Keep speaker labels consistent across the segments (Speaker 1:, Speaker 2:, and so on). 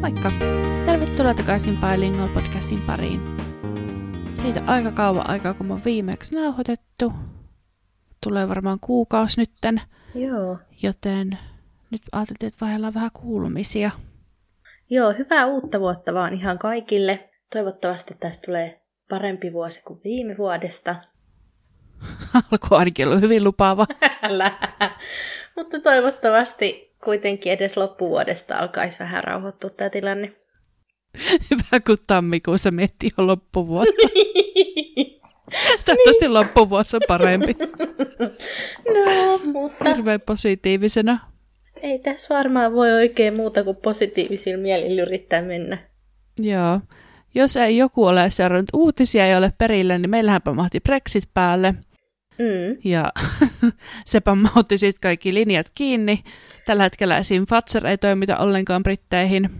Speaker 1: Moikka! Tervetuloa takaisin Bilingual podcastin pariin. Siitä aika kauan aikaa, kun mä oon viimeksi nauhoitettu. Tulee varmaan kuukausi nytten,
Speaker 2: Joo.
Speaker 1: joten nyt ajateltiin, että vaihdellaan vähän kuulumisia.
Speaker 2: Joo, hyvää uutta vuotta vaan ihan kaikille. Toivottavasti tästä tulee parempi vuosi kuin viime vuodesta.
Speaker 1: Alku ainakin ollut hyvin lupaava.
Speaker 2: Älä. Mutta toivottavasti kuitenkin edes loppuvuodesta alkaisi vähän rauhoittua tämä tilanne.
Speaker 1: Hyvä, kun tammikuussa miettii jo loppuvuotta. Toivottavasti loppuvuosi on parempi.
Speaker 2: No, mutta
Speaker 1: Hirveän positiivisena.
Speaker 2: ei tässä varmaan voi oikein muuta kuin positiivisilla mielillä yrittää mennä.
Speaker 1: Joo. Jos ei joku ole seurannut uutisia ja ole perillä, niin meillähän pamahti Brexit päälle.
Speaker 2: Mm.
Speaker 1: Ja se pamautti sitten kaikki linjat kiinni. Tällä hetkellä esim. Fatser ei toimita ollenkaan britteihin.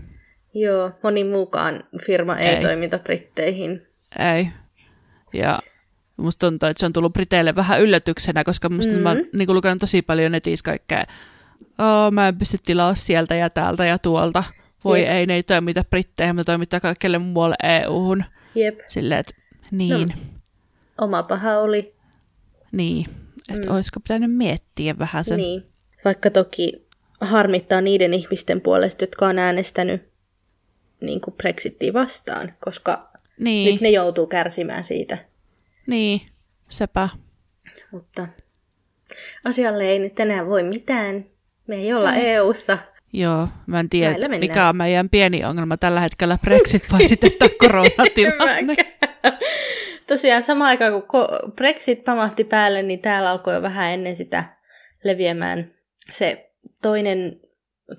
Speaker 2: Joo, moni muukaan firma ei,
Speaker 1: Ei.
Speaker 2: ei. toimita britteihin.
Speaker 1: Ei. Ja musta tuntuu, että se on tullut Briteille vähän yllätyksenä, koska musta mm. mä oon niin lukenut tosi paljon netissä kaikkea. Oh, mä en pysty tilaa sieltä ja täältä ja tuolta. Voi
Speaker 2: Jep.
Speaker 1: ei, ne ei toimita britteihin, mutta toimittaa kaikkelle muualle EU-hun.
Speaker 2: Jep,
Speaker 1: Silleen, että niin. No.
Speaker 2: oma paha oli.
Speaker 1: Niin, että mm. olisiko pitänyt miettiä vähän sen. Niin.
Speaker 2: Niin. Vaikka toki harmittaa niiden ihmisten puolesta, jotka on äänestänyt niin kuin Brexittiä vastaan, koska niin.
Speaker 1: Niin,
Speaker 2: nyt ne joutuu kärsimään siitä.
Speaker 1: niin, sepä.
Speaker 2: Mutta asialle ei nyt enää voi mitään. Me ei olla mm. EU-ssa.
Speaker 1: Joo, mä en tiedä,
Speaker 2: Näillä mennään.
Speaker 1: mikä on meidän pieni ongelma tällä hetkellä, Brexit vai sitten tämä koronatilanne.
Speaker 2: Tosiaan samaan aikaan, kun ko- Brexit pamahti päälle, niin täällä alkoi jo vähän ennen sitä leviämään se toinen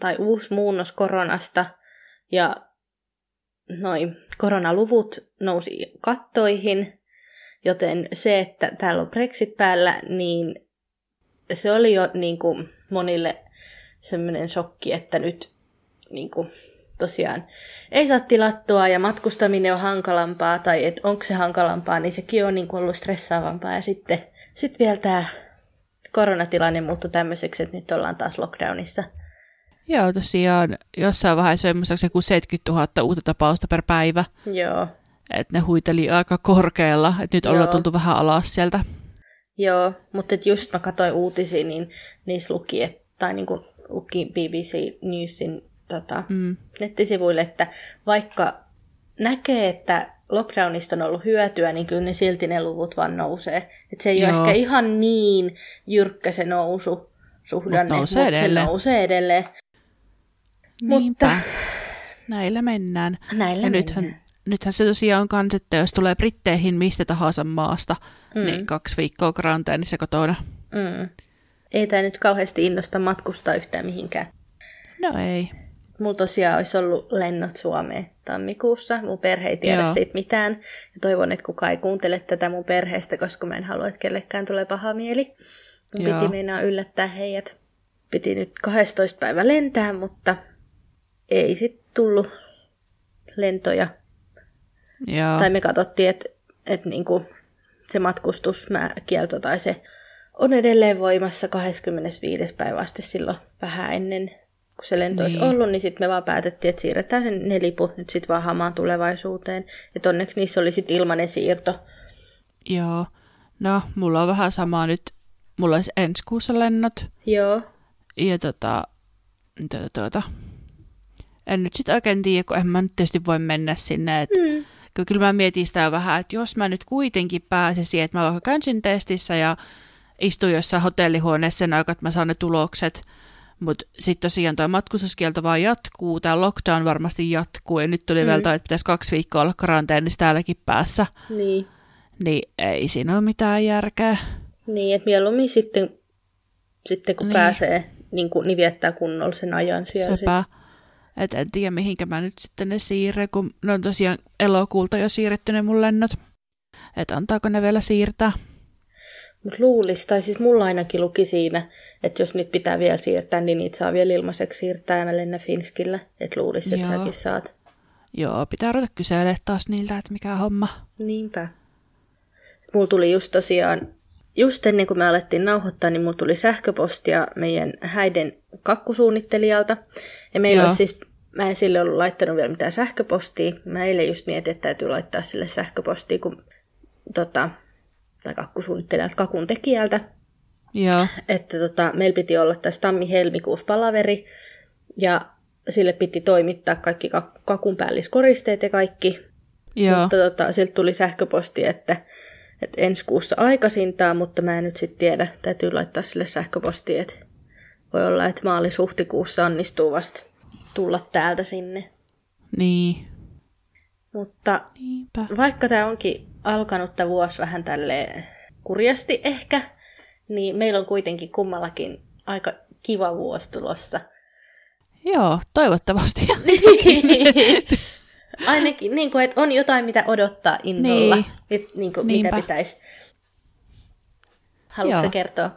Speaker 2: tai uusi muunnos koronasta. Ja noin koronaluvut nousi kattoihin, joten se, että täällä on Brexit päällä, niin se oli jo niin kuin monille semmoinen shokki, että nyt niin kuin, tosiaan ei saa tilattua ja matkustaminen on hankalampaa tai että onko se hankalampaa, niin sekin on niin kuin ollut stressaavampaa. Ja sitten sit vielä tämä koronatilanne muuttui tämmöiseksi, että nyt ollaan taas lockdownissa.
Speaker 1: Joo, tosiaan jossain vaiheessa oli muistaakseni joku 70 000 uutta tapausta per päivä,
Speaker 2: Joo,
Speaker 1: että ne huiteli aika korkealla, että nyt ollaan
Speaker 2: Joo.
Speaker 1: tultu vähän alas sieltä.
Speaker 2: joo. Mutta et just mä katsoin uutisia, niin niissä luki, et, tai niin kuin luki BBC Newsin tota,
Speaker 1: Mm.
Speaker 2: nettisivuille, että vaikka näkee, että lockdownista on ollut hyötyä, niin kyllä ne silti ne luvut vaan nousee. Et se ei Joo.
Speaker 1: Joo.
Speaker 2: ole ehkä ihan niin jyrkkä se nousu suhdanne,
Speaker 1: Mut nousee
Speaker 2: mut se
Speaker 1: edelleen.
Speaker 2: nousee edelleen.
Speaker 1: Niinpä.
Speaker 2: Mutta-
Speaker 1: Näillä mennään.
Speaker 2: Näillä
Speaker 1: ja nythän, nythän se tosiaan on kans, että jos tulee Britteihin mistä tahansa maasta, mm. niin kaksi viikkoa karanteenissa kotona.
Speaker 2: mennään. Mm. Ei tämä nyt kauheasti innosta matkustaa yhtään mihinkään.
Speaker 1: No ei.
Speaker 2: Mulla tosiaan olisi ollut lennot Suomeen tammikuussa. Mun perhe ei tiedä
Speaker 1: Joo.
Speaker 2: Joo. siitä mitään. Ja toivon, että kukaan ei kuuntele tätä mun perheestä, koska mä en halua, että kellekään tulee paha mieli. Mun
Speaker 1: Joo.
Speaker 2: piti meinaa yllättää heidät. Piti nyt 12 päivä lentää, mutta ei sit tullut lentoja.
Speaker 1: Joo.
Speaker 2: Tai me katsottiin, että et niinku se matkustuskielto tai se on edelleen voimassa 25. päivä asti silloin vähän ennen kun se lento niin.
Speaker 1: Niin.
Speaker 2: olisi ollut, niin sitten me vaan päätettiin, että siirretään sen ne liput nyt sitten vaan hamaan tulevaisuuteen. Että onneksi niissä oli sitten ilmainen siirto.
Speaker 1: Joo. No, mulla on vähän sama nyt. Mulla olisi ensi kuussa lennot.
Speaker 2: Joo,
Speaker 1: Ja tota, tuota, tuota. En nyt sitten oikein tiedä, kun en mä nyt tietysti voi mennä sinne. Et, mm. kyllä, kyllä mä mietin sitä vähän, että jos mä nyt kuitenkin pääsisin, että mä vaikka käyn siinä testissä ja istun jossain hotellihuoneessa sen aikaa, että mä saan ne tulokset. Mutta sitten tosiaan tuo matkustuskielto vaan jatkuu, tämä lockdown varmasti jatkuu ja nyt tuli mm. vielä toi, että pitäisi kaksi viikkoa olla karanteenissa täälläkin päässä.
Speaker 2: niin.
Speaker 1: Niin ei siinä ole mitään järkeä.
Speaker 2: Niin, että mieluummin sitten, sitten kun
Speaker 1: Niin.
Speaker 2: niin. pääsee, niin, kun, niin viettää kunnolla sen ajan siellä. sit.
Speaker 1: Sepä. Et en tiedä, mihinkä mä nyt sitten ne siirrän, kun ne on tosiaan elokuulta jo siirretty ne mun lennot. Että antaako ne vielä siirtää?
Speaker 2: Mut luulisi, tai siis mulla ainakin luki siinä, että jos nyt pitää vielä siirtää, niin niitä saa vielä ilmaiseksi siirtää ja mä lennän Finskillä. Että luulisi, että
Speaker 1: Joo.
Speaker 2: säkin saat.
Speaker 1: Joo, pitää ruveta kyselemään taas niiltä, että mikä homma.
Speaker 2: Niinpä. Mulla tuli just tosiaan, just ennen kuin me alettiin nauhoittaa, niin mulla tuli sähköpostia meidän häiden kakkusuunnittelijalta. Ja meillä
Speaker 1: Joo.
Speaker 2: on siis Mä en sille ollut laittanut vielä mitään sähköpostia. Mä eilen just mietin, että täytyy laittaa sille sähköpostia, kun tota, tai kakkusuunnittelijalta, kakun tekijältä.
Speaker 1: Joo.
Speaker 2: Että tota, meillä piti olla tässä tammi-helmikuussa palaveri, ja sille piti toimittaa kaikki kak- kakun päälliskoristeet ja kaikki.
Speaker 1: Joo.
Speaker 2: Mutta tota, siltä tuli sähköposti, että, että ensi kuussa aikaisintaan, mutta mä en nyt sitten tiedä. Täytyy laittaa sille sähköpostia, että voi olla, että maalis-huhtikuussa onnistuu vasta tulla täältä sinne.
Speaker 1: Niin.
Speaker 2: Mutta
Speaker 1: Niinpä.
Speaker 2: vaikka tämä onkin alkanut tämä vuosi vähän tälle kurjasti ehkä, niin meillä on kuitenkin kummallakin aika kiva vuosi tulossa.
Speaker 1: Joo, toivottavasti.
Speaker 2: Ainakin niin kuin, että on jotain, mitä odottaa innolla,
Speaker 1: Niin.
Speaker 2: niin. Et, niin kuin, mitä
Speaker 1: Niinpä.
Speaker 2: pitäisi. Haluatko
Speaker 1: Joo.
Speaker 2: kertoa?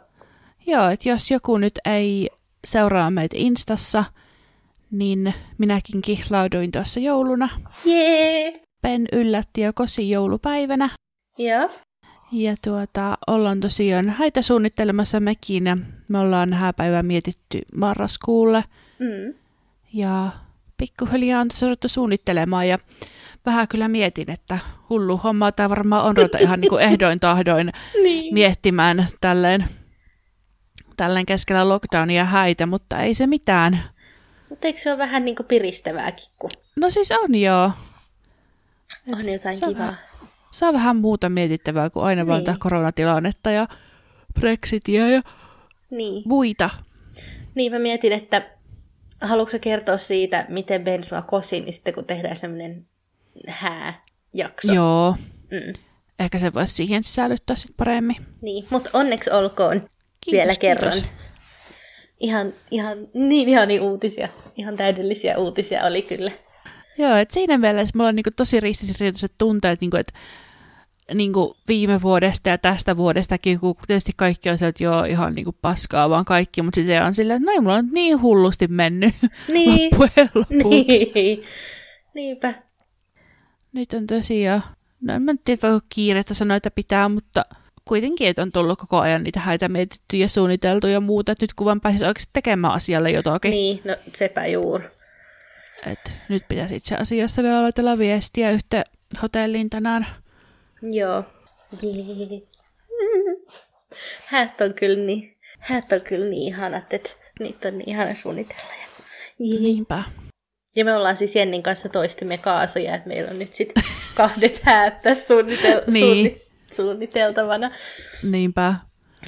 Speaker 1: Joo, että jos joku nyt ei seuraa meitä Instassa, niin minäkin kihlauduin tuossa jouluna.
Speaker 2: Jee!
Speaker 1: Ben yllätti jo kosi joulupäivänä.
Speaker 2: Joo.
Speaker 1: Ja tuota, ollaan tosiaan häitä suunnittelemassa mekin. ja Me ollaan hääpäivää mietitty marraskuulle.
Speaker 2: Mm.
Speaker 1: Ja pikkuhiljaa on tässä ruvettu suunnittelemaan ja vähän kyllä mietin, että hullu homma tämä varmaan on ruveta ihan niin kuin ehdoin tahdoin
Speaker 2: Niin.
Speaker 1: miettimään tälleen, tälleen keskellä lockdownia häitä, mutta ei se mitään.
Speaker 2: Mutta eikö se ole vähän niin kuin piristävääkin, kun
Speaker 1: No siis on joo. Et
Speaker 2: on jotain
Speaker 1: saa
Speaker 2: kivaa?
Speaker 1: vähän- Saa vähän muuta mietittävää kuin aina vaan
Speaker 2: Niin.
Speaker 1: tämä koronatilannetta ja Brexitia ja
Speaker 2: Niin.
Speaker 1: muita.
Speaker 2: Niin mä mietin, että haluatko sä kertoa siitä, miten Ben sua kosi, niin sitten kun tehdään semmoinen hääjakso.
Speaker 1: Joo.
Speaker 2: Mm.
Speaker 1: Ehkä se voisi siihen sisällyttää sitten paremmin.
Speaker 2: Niin, mutta onneksi olkoon
Speaker 1: Kiitos,
Speaker 2: vielä kerran.
Speaker 1: kiitos.
Speaker 2: Ihan, ihan niin ihania uutisia, ihan täydellisiä uutisia oli kyllä.
Speaker 1: Joo, et siinä mielessä mulla on niinku tosi ristiriitaiset tunteet, niinku, että niinku viime vuodesta ja tästä vuodestakin, kun tietysti kaikki on se, että joo, ihan niinku paskaa vaan kaikki, mutta sitten on silleen, että no ei mulla nyt niin hullusti mennyt
Speaker 2: Niin,
Speaker 1: loppujen lopuksi.
Speaker 2: niin. niinpä.
Speaker 1: Nyt on tosiaan, no en mä nyt tiedä, voiko kiirettä sanoa, että pitää, mutta kuitenkin, että on tullut koko ajan niitä häitä mietitty ja suunniteltu ja muuta, että nyt kun vaan pääsisi oikeasti tekemään asialle jotakin.
Speaker 2: Niin, no sepä juur.
Speaker 1: Et nyt pitäisi itse asiassa vielä laitella viestiä yhteen hotelliin tänään.
Speaker 2: Joo. Jee. Häät on kyllä niin, häät on kyllä niin ihanat, että niitä on niin ihana suunnitella. ja- Jee.
Speaker 1: Niinpä.
Speaker 2: Ja me ollaan siis Jennin kanssa toistemme kaasuja, että meillä on nyt sitten kahdet häät tässä suunnitel-
Speaker 1: Niin.
Speaker 2: suunni- suunniteltavana.
Speaker 1: Niinpä.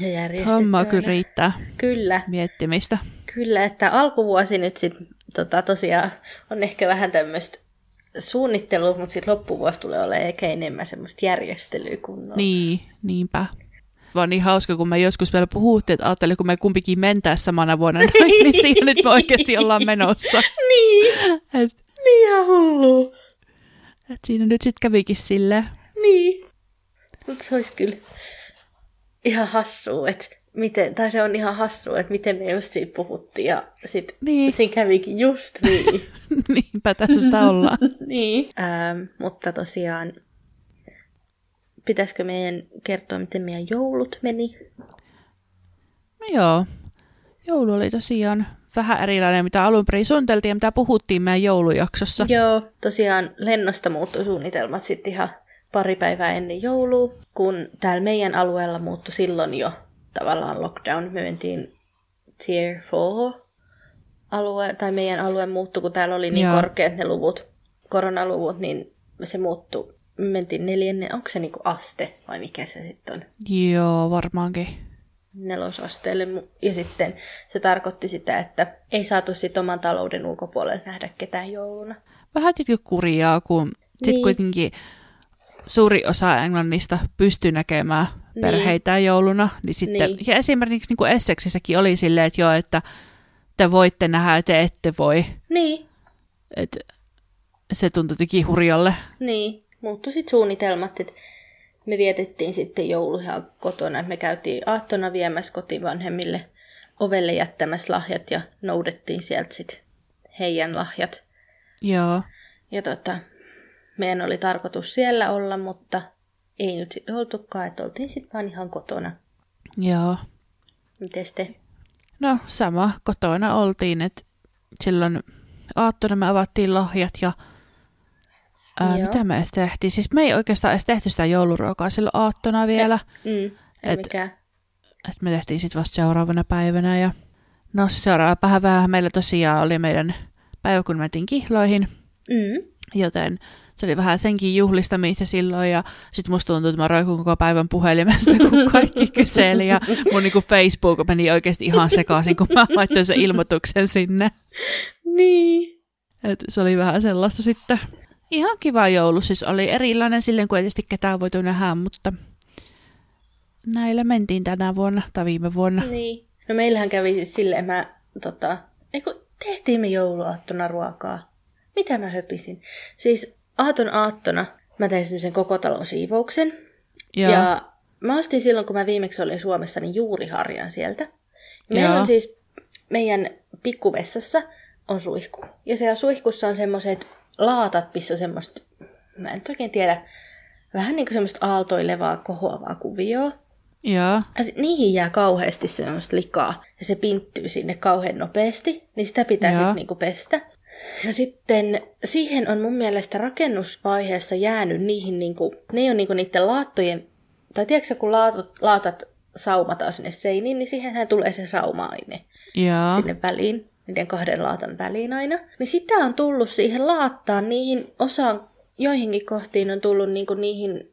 Speaker 2: Ja järjestettävänä.
Speaker 1: Hommaa kyllä riittää
Speaker 2: Kyllä,
Speaker 1: miettimistä.
Speaker 2: kyllä, että alkuvuosi nyt sitten tota, tosiaan on ehkä vähän tämmöistä suunnittelua, mutta sitten loppuvuosi tulee olemaan ehkä enemmän semmoista järjestelyä kunnolla.
Speaker 1: Niin, niinpä. Vaan niin hauska, kun me joskus vielä puhuttiin, että ajattelin, kun me kumpikin mentää samana vuonna, niin siihen nyt me oikeasti ollaan menossa.
Speaker 2: Niin,
Speaker 1: Et,
Speaker 2: niin ihan hullu.
Speaker 1: et siinä nyt sitten kävikin silleen.
Speaker 2: Niin. Mutta se olisi kyllä ihan hassua, että miten, tai se on ihan hassua, että miten me just siitä puhuttiin ja sitten
Speaker 1: Niin.
Speaker 2: niin. siinä kävikin just niin.
Speaker 1: Niinpä tässä sitä ollaan.
Speaker 2: niin. Ähm, mutta tosiaan, pitäisikö meidän kertoa, miten meidän joulut meni?
Speaker 1: No joo. Joulu oli tosiaan vähän erilainen, mitä alun perin suunniteltiin ja mitä puhuttiin meidän joulujaksossa.
Speaker 2: Joo, tosiaan lennosta muuttui suunnitelmat sitten ihan pari päivää ennen joulua, kun täällä meidän alueella muuttui silloin jo tavallaan lockdown. Me mentiin tier 4 alue, tai meidän alue muuttui, kun täällä oli niin
Speaker 1: Joo.
Speaker 2: Joo. korkeat ne luvut, koronaluvut, niin se muuttui. Me mentiin neljännen, onko se niinku aste vai mikä se sitten on?
Speaker 1: Joo, varmaankin.
Speaker 2: nelosasteelle. mu- Ja sitten se tarkoitti sitä, että ei saatu sitten oman talouden ulkopuolelle nähdä ketään jouluna.
Speaker 1: vähän tietenkin kurjaa, kun sit
Speaker 2: Niin.
Speaker 1: kuitenkin suuri osa Englannista pystyy näkemään
Speaker 2: Niin.
Speaker 1: perheitään jouluna. Niin sitten,
Speaker 2: Niin.
Speaker 1: Ja esimerkiksi niin kuin Essexissäkin oli silleen, että joo, että te voitte nähdä ja te ette voi.
Speaker 2: Niin,
Speaker 1: Et se tuntui jotenkin hurjalle.
Speaker 2: Niin, muuttui sitten suunnitelmat, että me vietettiin sitten jouluja kotona. Me käytiin aattona viemässä kotivanhemmille ovelle jättämässä lahjat ja noudettiin sieltä sitten heidän lahjat.
Speaker 1: Joo,
Speaker 2: Ja tota, meidän oli tarkoitus siellä olla, mutta ei nyt sitten oltukaan, että oltiin sitten vaan ihan kotona.
Speaker 1: joo.
Speaker 2: Miten te?
Speaker 1: No sama, kotona oltiin, että silloin aattona me avattiin lahjat ja ää,
Speaker 2: Joo.
Speaker 1: mitä me edes tehtiin. Siis me ei oikeastaan edes tehty sitä jouluruokaa silloin aattona vielä.
Speaker 2: Mm, ei
Speaker 1: Et-
Speaker 2: mikään.
Speaker 1: Et me tehtiin sitten vasta seuraavana päivänä. Ja... No se seuraava päivä meillä tosiaan oli meidän päivä, kun mentiin kihloihin.
Speaker 2: Mm.
Speaker 1: Joten se oli vähän senkin juhlistamista silloin ja sitten musta tuntuu, että mä roikun koko päivän puhelimessa, kun kaikki kyseli ja mun niinku Facebook meni oikeasti ihan sekaisin, kun mä laittoin sen ilmoituksen sinne.
Speaker 2: Niin.
Speaker 1: Et se oli vähän sellaista sitten. Ihan kiva joulu siis oli erilainen silleen, kun ei tietysti ketään voitu nähdä, mutta näillä mentiin tänä vuonna tai viime vuonna.
Speaker 2: niin. No meillähän kävi siis silleen, mä tota, ei kun tehtiin me jouluaattona ruokaa. Mitä mä höpisin? Siis aaton aattona mä tein semmoisen koko talon siivouksen.
Speaker 1: Joo.
Speaker 2: Ja mä ostin silloin, kun mä viimeksi olin Suomessa, niin juuriharjan sieltä. Ja meillä
Speaker 1: Joo.
Speaker 2: on siis, meidän pikkuvessassa on suihku. Ja siellä suihkussa on semmoiset laatat, missä on semmoista, mä en nyt oikein tiedä, vähän niin kuin semmoista aaltoilevaa, kohoavaa kuvioa.
Speaker 1: Joo.
Speaker 2: Ja sit niihin jää kauheasti semmoista likaa, ja se pinttyy sinne kauhean nopeasti, niin sitä pitää
Speaker 1: Joo.
Speaker 2: sitten niinku pestä. Ja sitten siihen on mun mielestä rakennusvaiheessa jäänyt niihin, niinku, ne ei ole niinku niiden laattojen, tai tiedätkö sä, kun laatot, laatat saumataan sinne seiniin, niin siihenhän tulee se sauma-aine
Speaker 1: Joo.
Speaker 2: sinne väliin, niiden kahden laatan väliin aina. Niin sitä on tullut siihen laattaan, niihin osaan, joihinkin kohtiin on tullut niinku niihin,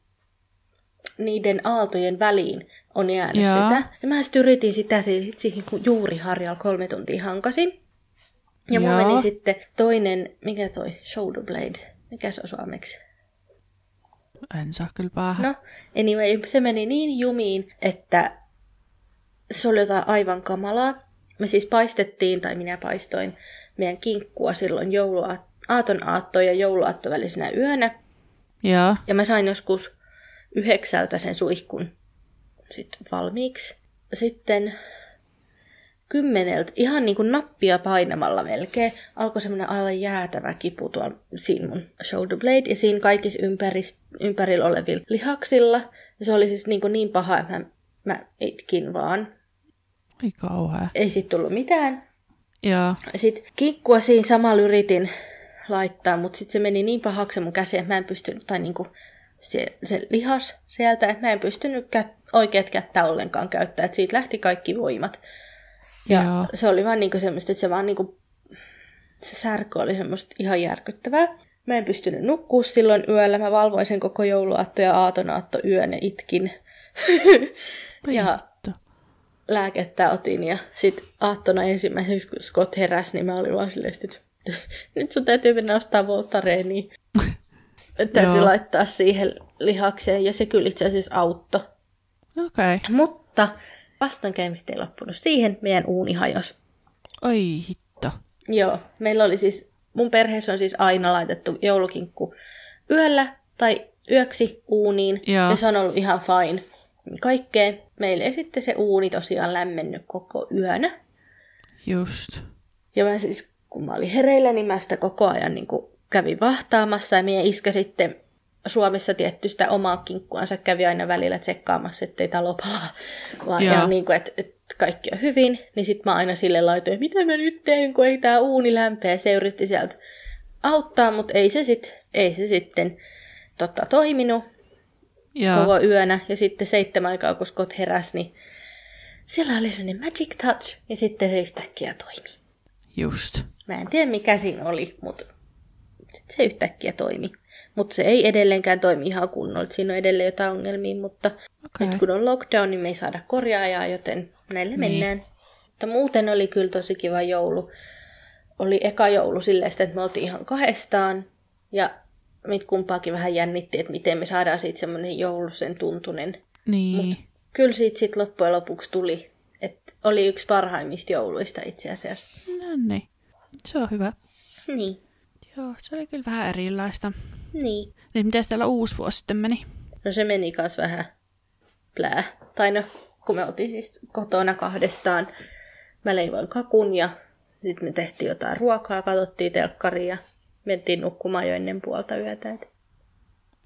Speaker 2: niiden aaltojen väliin on jäänyt
Speaker 1: Joo.
Speaker 2: Joo. sitä. Ja mä sitten yritin sitä si- siihen, kun juuri harjalla kolme tuntia hankasin. Ja mulla
Speaker 1: Joo.
Speaker 2: meni sitten toinen, mikä toi, shoulder blade, mikä se on suomeksi?
Speaker 1: En saa kyllä päähän.
Speaker 2: No, anyway, se meni niin jumiin, että se oli jotain aivan kamalaa. Me siis paistettiin, tai minä paistoin, meidän kinkkua silloin joulua, aaton aatto ja jouluaatto välisenä yönä.
Speaker 1: Joo.
Speaker 2: Ja mä sain joskus yhdeksältä sen suihkun sit valmiiksi. Sitten kymmeneltä, ihan niin kuin nappia painamalla melkein, alkoi semmoinen aivan jäätävä kipu tuolla siinä mun shoulder blade ja siinä kaikissa ympäris, ympärillä olevilla lihaksilla. Ja se oli siis niin, kuin niin paha, että mä, mä itkin vaan.
Speaker 1: Ei kauhea.
Speaker 2: Ei sit tullut mitään,
Speaker 1: Joo.
Speaker 2: sitten kinkkua siinä samalla yritin laittaa, mutta sitten se meni niin pahaksi se mun käsi, että mä en pystynyt, tai niinku se, se lihas sieltä, että mä en pystynyt kät, oikeat kättä ollenkaan käyttää, että siitä lähti kaikki voimat. Ja
Speaker 1: Joo.
Speaker 2: se oli vaan niinku semmoista, että se vaan niinku, se särkö oli semmoista ihan järkyttävää. Mä en pystynyt nukkua silloin yöllä, mä valvoin sen koko jouluaatto ja aatonaatto yön ja itkin. ja
Speaker 1: Vittu.
Speaker 2: lääkettä otin ja sit aattona ensimmäiseksi, kun Scott heräsi, niin mä olin vaan silleen, sit, että nyt sun täytyy mennä ostaa Voltareeni. täytyy
Speaker 1: Joo.
Speaker 2: laittaa siihen lihakseen ja se kyllä itse asiassa auttoi.
Speaker 1: Okei. Okay.
Speaker 2: Mutta vastoinkäymiset ei loppunut siihen, meidän uuni hajosi.
Speaker 1: Oi hitto.
Speaker 2: Joo, meillä oli siis, mun perheessä on siis aina laitettu joulukinkku yöllä tai yöksi uuniin,
Speaker 1: Joo.
Speaker 2: ja se on ollut ihan fine. Kaikkeen. Meille ei sitten se uuni tosiaan lämmennyt koko yönä.
Speaker 1: Just.
Speaker 2: Ja mä siis, kun mä olin hereillä, niin mä sitä koko ajan niin kuin kävin vahtaamassa ja meidän iskä sitten Suomessa tietty sitä omaa kinkkuansa kävi aina välillä tsekkaamassa, ettei talo palaa. Vaan
Speaker 1: Joo.
Speaker 2: ja niin kuin, että, että kaikki on hyvin, niin sit mä aina sille laitoin, mitä mä nyt teen, kun ei tää uuni lämpeä. Se yritti sieltä auttaa, mutta ei se, sit, ei se sitten totta, toiminut
Speaker 1: Joo.
Speaker 2: koko yönä. Ja sitten seitsemän aikaa, kun Scott heräsi, niin siellä oli sellainen magic touch ja sitten se yhtäkkiä toimi.
Speaker 1: Just.
Speaker 2: Mä en tiedä mikä siinä oli, mutta se yhtäkkiä toimi. Mutta se ei edelleenkään toimi ihan kunnolla. Siinä on edelleen jotain ongelmia, mutta
Speaker 1: Okei.
Speaker 2: nyt kun on lockdown, niin me ei saada korjaajaa, joten näillä
Speaker 1: Niin.
Speaker 2: niin. mennään. Mutta muuten oli kyllä tosi kiva joulu. Oli eka joulu silleen, sitä, että me oltiin ihan kahdestaan. Ja mit kumpaakin vähän jännitti, että miten me saadaan siitä semmoinen joulusen tuntunen.
Speaker 1: Niin. Mut.
Speaker 2: Kyllä siitä sitten loppujen lopuksi tuli. Että oli yksi parhaimmista jouluista itse asiassa.
Speaker 1: No niin. Se on hyvä.
Speaker 2: Niin,
Speaker 1: Joo, se oli kyllä vähän erilaista.
Speaker 2: niin.
Speaker 1: Niin miten täällä uusi vuosi sitten meni?
Speaker 2: No se meni kans vähän plää. Tai no, kun me oltiin siis kotona kahdestaan, mä leivoin kakun ja sitten me tehtiin jotain ruokaa, katsottiin telkkaria ja mentiin nukkumaan jo ennen puolta yötä. Et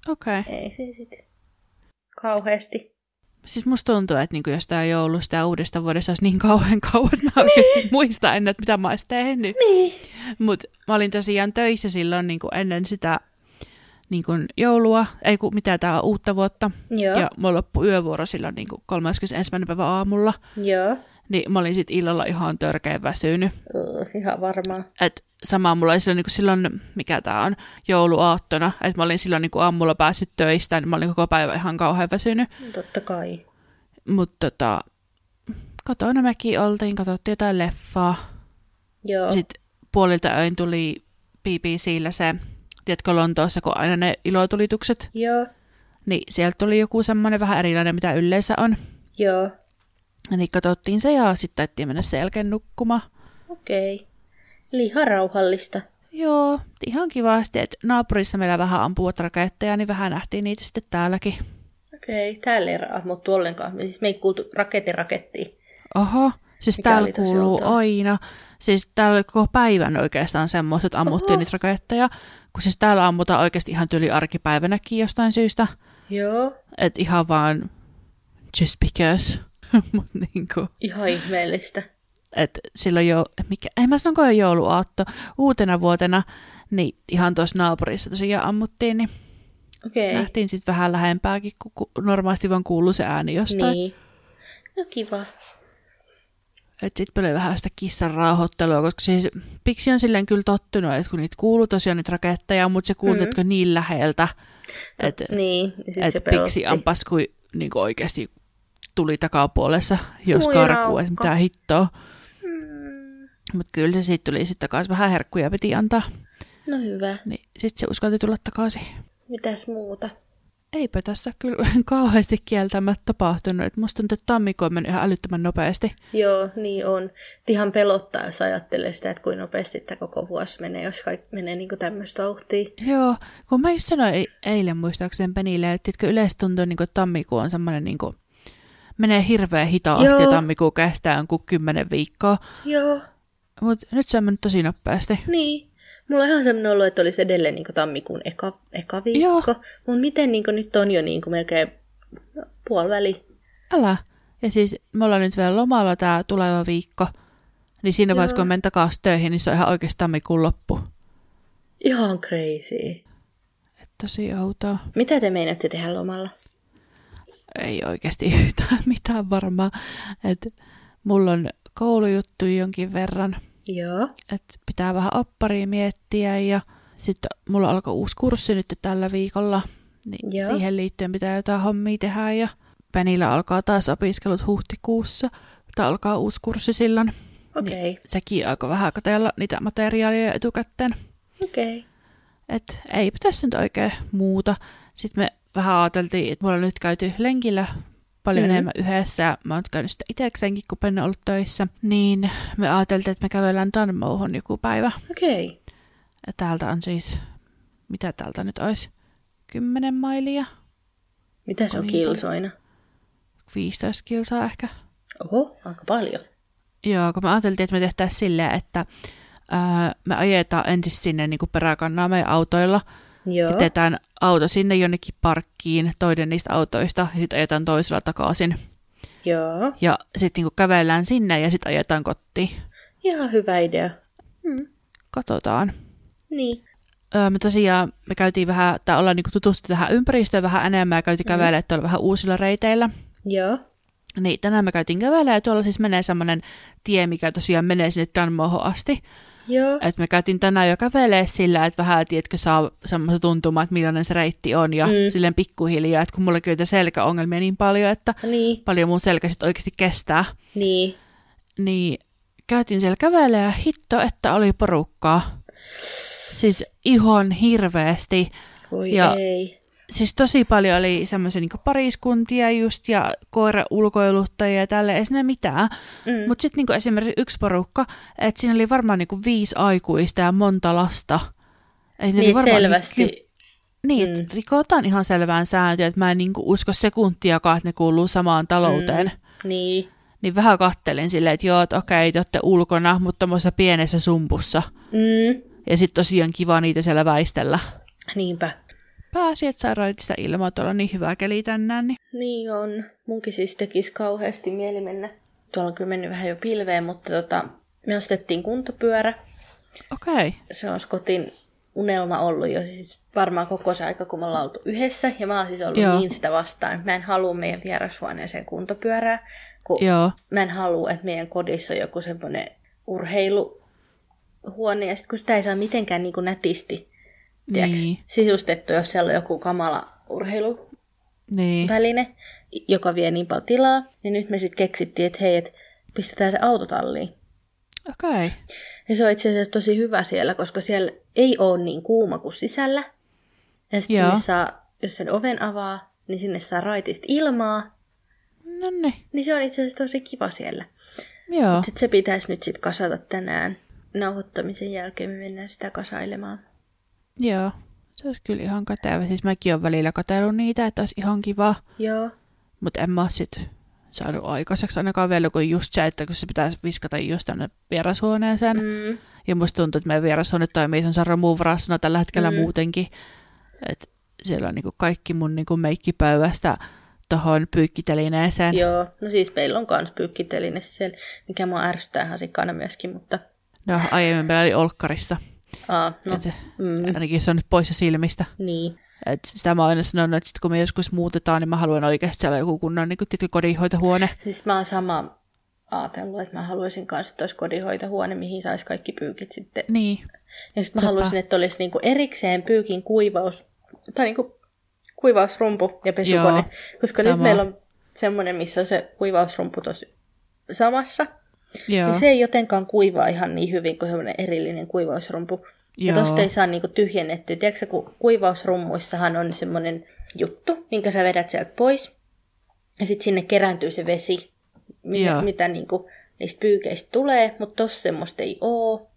Speaker 1: Okei.
Speaker 2: ei se sitten kauheasti.
Speaker 1: Siis musta tuntuu, että niinku jostain joulusta ja uudesta vuodesta olisi niin kauhean kauan, että mä oikeasti muistan enää, että mitä mä olisin tehnyt.
Speaker 2: Niin.
Speaker 1: Mutta mä olin tosiaan töissä silloin niinku ennen sitä niinku joulua, ei kun mitä tää on, uutta vuotta.
Speaker 2: Joo.
Speaker 1: Ja mulla loppui yövuoro silloin niinku 31. päivä aamulla.
Speaker 2: Joo.
Speaker 1: Niin mä olin sitten illalla ihan törkeen väsynyt.
Speaker 2: Uh, ihan varmaan.
Speaker 1: Et sama mulla oli silloin, niin silloin mikä tämä on, jouluaattona, että mä olin silloin niin aamulla päässyt töistä, niin mä olin koko päivä ihan kauhean väsynyt.
Speaker 2: Totta kai.
Speaker 1: Mutta tota, kotona mekin oltiin, katsottiin jotain leffaa.
Speaker 2: Joo.
Speaker 1: Sitten puolilta öin tuli BBCllä se, tiedätkö Lontoossa, kun aina ne ilotulitukset,
Speaker 2: Joo.
Speaker 1: niin sieltä tuli joku semmoinen vähän erilainen, mitä yleensä on.
Speaker 2: Joo.
Speaker 1: Niin katsottiin se ja sitten taittiin mennä sen jälkeen nukkumaan.
Speaker 2: Okei. Okay. Eli ihan rauhallista.
Speaker 1: Joo, ihan kivasti, että naapurissa meillä vähän ampuvat raketteja, niin vähän nähtiin niitä sitten täälläkin.
Speaker 2: Okei, okay. täällä ei raamottu ollenkaan. Me Siis me ei kuultu raketin rakettiin.
Speaker 1: Oho, siis Mikä
Speaker 2: Mikä
Speaker 1: täällä
Speaker 2: oli tosi
Speaker 1: kuuluu
Speaker 2: outoa.
Speaker 1: aina. Siis täällä oli koko päivän oikeastaan semmoista, että ammuttiin
Speaker 2: Oho.
Speaker 1: niitä raketteja. Kun siis täällä ammutaan oikeasti ihan tyli arkipäivänäkin jostain syystä.
Speaker 2: Joo.
Speaker 1: Että ihan vaan just because. Mut niinku,
Speaker 2: Ihan ihmeellistä.
Speaker 1: et silloin jo, mikä, en mä sanonko jo jouluaatto, uutena vuotena, niin ihan tuossa naapurissa tosiaan ammuttiin, niin
Speaker 2: Okei. Okay.
Speaker 1: Nähtiin sitten vähän lähempääkin, kun ku- normaalisti vaan kuuluu se ääni jostain. Niin.
Speaker 2: Niin. No kiva.
Speaker 1: Sitten oli vähän sitä kissan rauhoittelua, koska siis Piksi on silleen kyllä tottunut, että kun niitä kuuluu tosiaan niitä raketteja, mutta se kuultetko mm. niin läheltä, että
Speaker 2: niin, ja sit se
Speaker 1: et Piksi
Speaker 2: pelotti.
Speaker 1: ampas kuin niinku oikeasti tuli takapuolessa, jos
Speaker 2: Voi
Speaker 1: karkuu,
Speaker 2: raukka. Mm.
Speaker 1: että mitä hittoa. Mutta kyllä se siitä tuli sitten takaisin. Vähän herkkuja piti antaa,
Speaker 2: No hyvä.
Speaker 1: niin sitten se uskalti tulla takaisin.
Speaker 2: Mitäs muuta?
Speaker 1: Eipä tässä kyllä kauheasti kieltämättä tapahtunut. Et musta tuntuu, että tammikuu on mennyt ihan älyttömän nopeasti.
Speaker 2: Joo, niin on. Et Ihan pelottaa, jos ajattelee sitä, että kuinka nopeasti tämä koko vuosi menee, jos kaikki menee niin tämmöistä vauhtia.
Speaker 1: Joo, kun mä just sanoin ei, eilen muistaakseni Penille, että tiedätkö, yleensä tuntuu, niin kuin, että tammikuu on semmoinen, niin kuin, menee hirveän hitaasti
Speaker 2: Joo.
Speaker 1: ja tammikuu kestää jonkun kymmenen viikkoa.
Speaker 2: Joo,
Speaker 1: Mutta nyt se on mennyt tosi nopeasti.
Speaker 2: niin. Mulla on ihan semmoinen olo, että olisi edelleen niin tammikuun eka, eka viikko. Mutta miten niin nyt on jo niin melkein no, puoliväli?
Speaker 1: Älä. Ja siis me ollaan nyt vielä lomalla tämä tuleva viikko. Niin siinä vaiheessa, kun menen takaisin töihin, niin se on ihan oikeasti tammikuun loppu.
Speaker 2: Ihan crazy.
Speaker 1: Et tosi outoa.
Speaker 2: Mitä te meinaatte tehdä lomalla?
Speaker 1: ei oikeasti yhtään mitään varmaa. Et mulla on koulujuttuja jonkin verran,
Speaker 2: Joo.
Speaker 1: että pitää vähän opparia miettiä ja sitten mulla alkoi uusi kurssi nyt tällä viikolla, niin
Speaker 2: Joo.
Speaker 1: siihen liittyen pitää jotain hommia tehdä ja Penillä alkaa taas opiskelut huhtikuussa, tai alkaa uusi kurssi silloin.
Speaker 2: Okei.
Speaker 1: Niin sekin alkoi vähän katella niitä materiaaleja etukäteen.
Speaker 2: Okei. Okay.
Speaker 1: Et ei tässä nyt oikein muuta. Sitten me vähän ajateltiin, että me ollaan nyt käyty lenkillä paljon
Speaker 2: Mm.
Speaker 1: mm. enemmän yhdessä. ja Mä oon nyt käynyt sitä itsekseenkin, kun Penne on ollut töissä. Niin me ajateltiin, että me kävellään Danmouhon joku päivä.
Speaker 2: Okei. Okay.
Speaker 1: Ja täältä on siis, mitä täältä nyt olisi? 10 mailia,
Speaker 2: Mitä se on
Speaker 1: Onko niin
Speaker 2: kilsoina?
Speaker 1: 15 kilsaa ehkä.
Speaker 2: Oho, aika paljon.
Speaker 1: Joo, kun me ajateltiin, että me tehtäisiin silleen, että ää, me ajetaan ensin sinne niin peräkannaa meidän autoilla –
Speaker 2: Joo.
Speaker 1: jätetään auto sinne jonnekin parkkiin, toinen niistä autoista, ja sitten ajetaan toisella takaisin.
Speaker 2: Joo.
Speaker 1: Ja sitten niinku kävellään sinne ja sitten ajetaan kotiin.
Speaker 2: Ihan hyvä idea. Mm.
Speaker 1: Katsotaan.
Speaker 2: Niin.
Speaker 1: Öö, me tosiaan me käytiin vähän, tai ollaan niinku tutustu tähän ympäristöön vähän enemmän ja käytiin kävelemään tuolla vähän uusilla reiteillä.
Speaker 2: Joo.
Speaker 1: Niin, tänään me käytiin kävelemään ja tuolla siis menee semmoinen tie, mikä tosiaan menee sinne Danmohon asti.
Speaker 2: Joo.
Speaker 1: Et me käytiin tänään jo kävelee sillä, että vähän, tiedätkö, saa semmoista tuntumaa, että millainen se reitti on ja
Speaker 2: Mm.
Speaker 1: mm. silleen pikkuhiljaa, että kun mulla on niitä selkäongelmia niin paljon, että
Speaker 2: Niin.
Speaker 1: paljon mun selkä sit oikeasti kestää.
Speaker 2: Niin.
Speaker 1: Niin käytiin siellä kävelemään ja hitto, että oli porukkaa. Siis ihan hirveästi.
Speaker 2: Voi
Speaker 1: Ja-
Speaker 2: ei.
Speaker 1: Siis tosi paljon oli semmoisia niinku pariskuntia just ja koiraulkoiluttajia ja tälle, ei siinä mitään.
Speaker 2: Mm.
Speaker 1: Mutta sitten niinku esimerkiksi yksi porukka, että siinä oli varmaan niinku viisi aikuista ja monta lasta. Et niillä oli
Speaker 2: niin
Speaker 1: varmaan
Speaker 2: selvästi.
Speaker 1: niinku- Niin,
Speaker 2: Mm.
Speaker 1: mm. rikotaan ihan selvään sääntöä, että mä en niinku usko sekuntiakaan, että ne kuuluu samaan talouteen. Mm.
Speaker 2: Niin.
Speaker 1: niin vähän kattelin silleen, että joo, että okei, te olette ulkona, mutta tuommoisessa pienessä sumpussa.
Speaker 2: Mm.
Speaker 1: Ja sitten tosiaan kiva niitä siellä väistellä.
Speaker 2: Niinpä.
Speaker 1: Pääsi, että sain sitä ilmaa, että on niin hyvä keli tänään. Niin.
Speaker 2: Niin on. Munkin siis tekisi kauheasti mieli mennä. Tuolla on kyllä mennyt vähän jo pilveen, mutta tota, me ostettiin kuntopyörä.
Speaker 1: Okei. Okay.
Speaker 2: Se on Skotin unelma ollut jo siis varmaan koko se aika, kun me ollaan oltu yhdessä. Ja mä oon siis ollut
Speaker 1: Joo.
Speaker 2: Joo. niin sitä vastaan, että mä en halua meidän vierashuoneeseen kuntopyörää. Kun
Speaker 1: Joo.
Speaker 2: mä en halua, että meidän kodissa on joku semmoinen urheiluhuone, ja sitten kun sitä ei saa mitenkään niin kuin nätisti tiedäks,
Speaker 1: Niin.
Speaker 2: sisustettu, jos siellä on joku kamala urheiluväline,
Speaker 1: Niin.
Speaker 2: joka vie niin paljon tilaa, niin nyt me sitten keksittiin, että hei, et pistetään se autotalliin.
Speaker 1: Okei. Okay.
Speaker 2: Ja se on itse asiassa tosi hyvä siellä, koska siellä ei ole niin kuuma kuin sisällä. Ja sitten
Speaker 1: Joo.
Speaker 2: sinne saa, jos sen oven avaa, niin sinne saa raitista ilmaa.
Speaker 1: No niin.
Speaker 2: Niin se on itse asiassa tosi kiva siellä.
Speaker 1: Joo.
Speaker 2: Sitten se pitäisi nyt sitten kasata tänään. Nauhoittamisen jälkeen me mennään sitä kasailemaan.
Speaker 1: Joo. Se olisi kyllä ihan kätevä. Siis mäkin olen välillä katsellut niitä, että olisi ihan kiva.
Speaker 2: Joo,
Speaker 1: Mutta en mä sit saanut aikaiseksi ainakaan vielä, kun just se, että kun se pitäisi viskata just tänne vierashuoneeseen. Mm.
Speaker 2: mm,
Speaker 1: Ja musta tuntuu, että meidän vierashuone toimii sen sarjan muun varassana tällä hetkellä mm. muutenkin. Et siellä on niinku kaikki mun niinku meikkipäivästä tohon pyykkitelineeseen.
Speaker 2: joo. No siis meillä on kans pyykkiteline siellä, mikä mua ärsyttää ihan sikana myöskin, mutta...
Speaker 1: No aiemmin meillä oli olkkarissa.
Speaker 2: Aa, no,
Speaker 1: Et,
Speaker 2: mm,
Speaker 1: ainakin se on nyt pois jo silmistä.
Speaker 2: niin.
Speaker 1: Et sitä mä oon aina sanonut, että sit kun me joskus muutetaan, niin mä haluan oikeasti siellä joku kunnon niin kuin, kodinhoitohuone.
Speaker 2: Siis mä oon sama ajatellut, että mä haluaisin kanssa, että olisi kodinhoitohuone, mihin saisi kaikki pyykit sitten.
Speaker 1: Niin,
Speaker 2: Ja sitten mä
Speaker 1: Sepä.
Speaker 2: haluaisin, että olisi niinku erikseen pyykin kuivaus, tai niinku kuivausrumpu ja pesukone.
Speaker 1: Joo,
Speaker 2: koska
Speaker 1: sama.
Speaker 2: nyt meillä on semmoinen, missä on se kuivausrumpu tosi samassa.
Speaker 1: joo.
Speaker 2: Ja Niin se ei jotenkaan kuivaa ihan niin hyvin kuin semmoinen erillinen kuivausrumpu. Ja
Speaker 1: Joo.
Speaker 2: tosta ei saa niinku tyhjennettyä. Tiedätkö, kun kuivausrummuissahan on semmoinen juttu, minkä sä vedät sieltä pois. Ja sitten sinne kerääntyy se vesi, mitä,
Speaker 1: Joo.
Speaker 2: mitä niinku niistä pyykeistä tulee. Mutta tossa semmoista ei oo.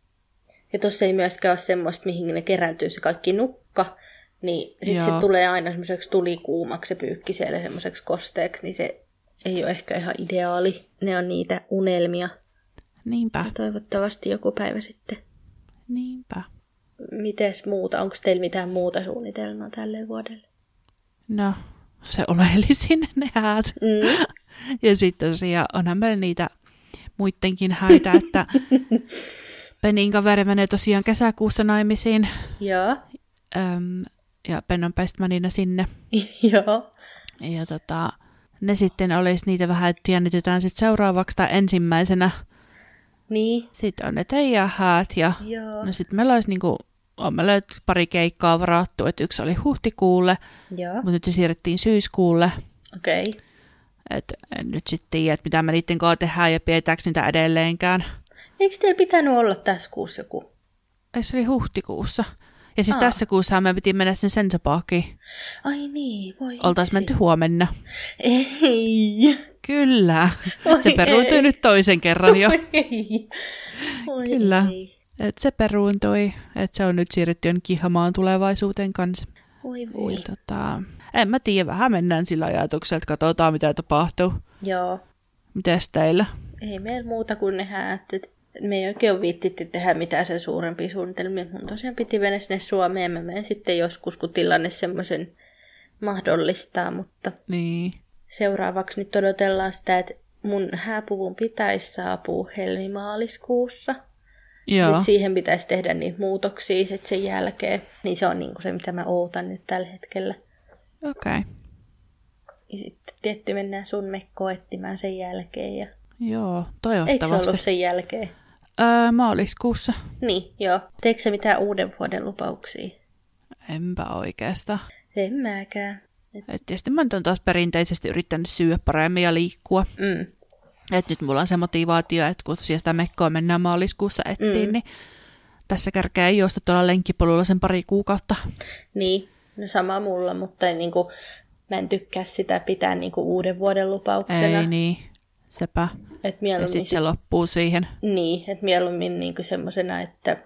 Speaker 2: Ja tossa ei myöskään ole semmoista, mihin ne kerääntyy se kaikki nukka. Niin sitten se
Speaker 1: Joo.
Speaker 2: tulee aina semmoiseksi tulikuumaksi se pyykki siellä semmoiseksi kosteeksi. Niin se ei ole ehkä ihan ideaali. Ne on niitä unelmia.
Speaker 1: Niinpä,
Speaker 2: Ja Toivottavasti joku päivä sitten.
Speaker 1: niinpä.
Speaker 2: Mites muuta? Onko teillä mitään muuta suunnitelmaa tälle vuodelle?
Speaker 1: No, se oleellisin ne häät.
Speaker 2: Mm.
Speaker 1: Ja sitten tosiaan onhan meillä niitä muidenkin häitä, että Penin kaveri menee tosiaan kesäkuussa naimisiin.
Speaker 2: Joo.
Speaker 1: Öm, ja Pen on bestmanina sinne.
Speaker 2: Joo.
Speaker 1: Ja tota, ne sitten olisi niitä vähän, että jännitetään sitten seuraavaksi tai ensimmäisenä.
Speaker 2: Niin.
Speaker 1: Sitten on ne teidän häät ja
Speaker 2: Joo.
Speaker 1: no sitten meillä olisi niinku, on meillä nyt pari keikkaa varattu, että yksi oli huhtikuulle,
Speaker 2: Joo.
Speaker 1: mutta nyt se siirrettiin syyskuulle.
Speaker 2: Okei. Okay.
Speaker 1: Et en nyt sitten tiedä, että mitä me niiden kanssa tehdään ja pidetäänkö niitä edelleenkään.
Speaker 2: Eikö teillä pitänyt olla tässä kuussa joku?
Speaker 1: Ei, se oli huhtikuussa. Ja siis
Speaker 2: Aa.
Speaker 1: tässä kuussa me piti mennä sinne Sensapaakiin.
Speaker 2: Ai niin, voi
Speaker 1: Oltaisiin menty huomenna.
Speaker 2: Ei.
Speaker 1: Kyllä.
Speaker 2: Oi
Speaker 1: se peruuntui
Speaker 2: ei.
Speaker 1: nyt toisen kerran jo.
Speaker 2: Ei. Oi
Speaker 1: Kyllä.
Speaker 2: Ei.
Speaker 1: Et se peruuntui. Et se on nyt siirretty jonnekin hamaan tulevaisuuteen kanssa.
Speaker 2: Voi voi.
Speaker 1: Ja tota, en mä tiedä, vähän mennään sillä ajatuksella, että katsotaan mitä tapahtuu.
Speaker 2: Joo.
Speaker 1: Mites teillä?
Speaker 2: Ei meillä muuta kuin ne häätet. Me ei oikein ole viittitty tehdä mitään sen suurempia suunnitelmia. Mun tosiaan piti mennä sinne Suomeen. Mä menen sitten joskus, kun tilanne semmoisen mahdollistaa, mutta
Speaker 1: Niin.
Speaker 2: seuraavaksi nyt odotellaan sitä, että mun hääpuvun pitäisi saapua helmimaaliskuussa.
Speaker 1: Joo.
Speaker 2: Sitten siihen pitäisi tehdä niitä muutoksia sit sen jälkeen. Niin se on niinku se, mitä mä ootan nyt tällä hetkellä.
Speaker 1: Okei. Okay.
Speaker 2: Ja sitten tietty mennään sun mekkoa etsimään sen jälkeen. Ja...
Speaker 1: Joo,
Speaker 2: Eikö se
Speaker 1: toivottavasti.
Speaker 2: ollut sen jälkeen?
Speaker 1: Öö, maaliskuussa.
Speaker 2: Niin, joo. Teekö se mitään uuden vuoden lupauksia?
Speaker 1: Enpä oikeastaan.
Speaker 2: En mäkään.
Speaker 1: Et tietysti mä nyt on taas perinteisesti yrittänyt syödä paremmin ja liikkua.
Speaker 2: Mm.
Speaker 1: Et nyt mulla on se motivaatio, että kun tosiaan sitä mekkoa mennään maaliskuussa ettiin, mm. niin tässä kärkeä ei juosta tuolla lenkkipolulla sen pari kuukautta.
Speaker 2: Niin, no sama mulla, mutta niin kuin, mä en tykkää sitä pitää niin kuin uuden vuoden lupauksena.
Speaker 1: Ei niin, sepä.
Speaker 2: Et
Speaker 1: Ja
Speaker 2: mieluummin,
Speaker 1: sitten se loppuu siihen.
Speaker 2: Niin, että mieluummin niin kuin semmosena, että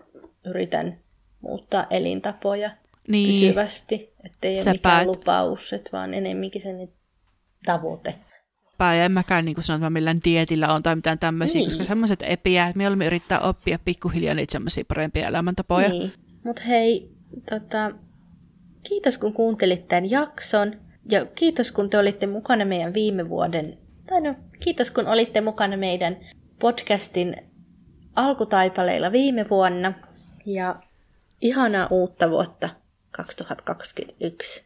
Speaker 2: yritän muuttaa elintapoja
Speaker 1: Niin,
Speaker 2: pysyvästi. Että ei
Speaker 1: Sä
Speaker 2: ole mikään
Speaker 1: päät-
Speaker 2: lupaus, et vaan enemminkin sen tavoite.
Speaker 1: pää. Ja en mäkään niin sano, että mä millään dietillä on tai mitään tämmöisiä,
Speaker 2: Niin.
Speaker 1: niin. koska semmoiset epiä, että mieluummin yrittää oppia pikkuhiljaa niitä semmoisia parempia elämäntapoja. Niin.
Speaker 2: Niin. Mut hei, tota, Kiitos kun kuuntelit tämän jakson ja kiitos kun te olitte mukana meidän viime vuoden, tai no kiitos kun olitte mukana meidän podcastin alkutaipaleilla viime vuonna ja ihanaa uutta vuotta 2021.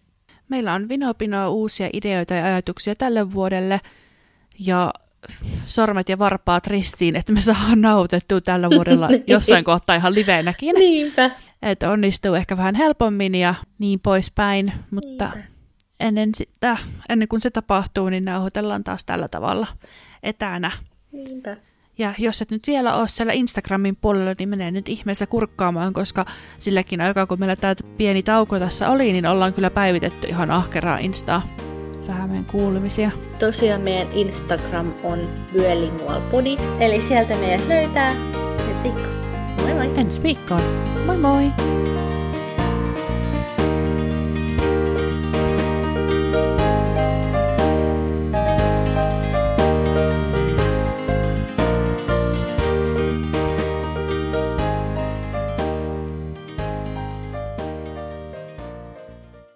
Speaker 1: Meillä on vinopinoa uusia ideoita ja ajatuksia tälle vuodelle ja sormet ja varpaat ristiin, että me saadaan nautettua tällä vuodella
Speaker 2: Niin.
Speaker 1: jossain kohtaa ihan liveenäkin.
Speaker 2: Niinpä.
Speaker 1: Että onnistuu ehkä vähän helpommin ja niin poispäin, mutta
Speaker 2: Niinpä.
Speaker 1: ennen, sitä, ennen kuin se tapahtuu, niin nauhoitellaan taas tällä tavalla etänä.
Speaker 2: Niinpä.
Speaker 1: Ja jos et nyt vielä ole siellä Instagramin puolella, niin menee nyt ihmeessä kurkkaamaan, koska silläkin aikaa, kun meillä tämä pieni tauko tässä oli, niin ollaan kyllä päivitetty ihan ahkeraa Instaa. Vähän meidän kuulumisia.
Speaker 2: Tosiaan meidän Instagram on Yölingualpodi, eli sieltä meidät löytää. Ensi viikko. Moi moi!
Speaker 1: Ensi viikkoon. Moi moi!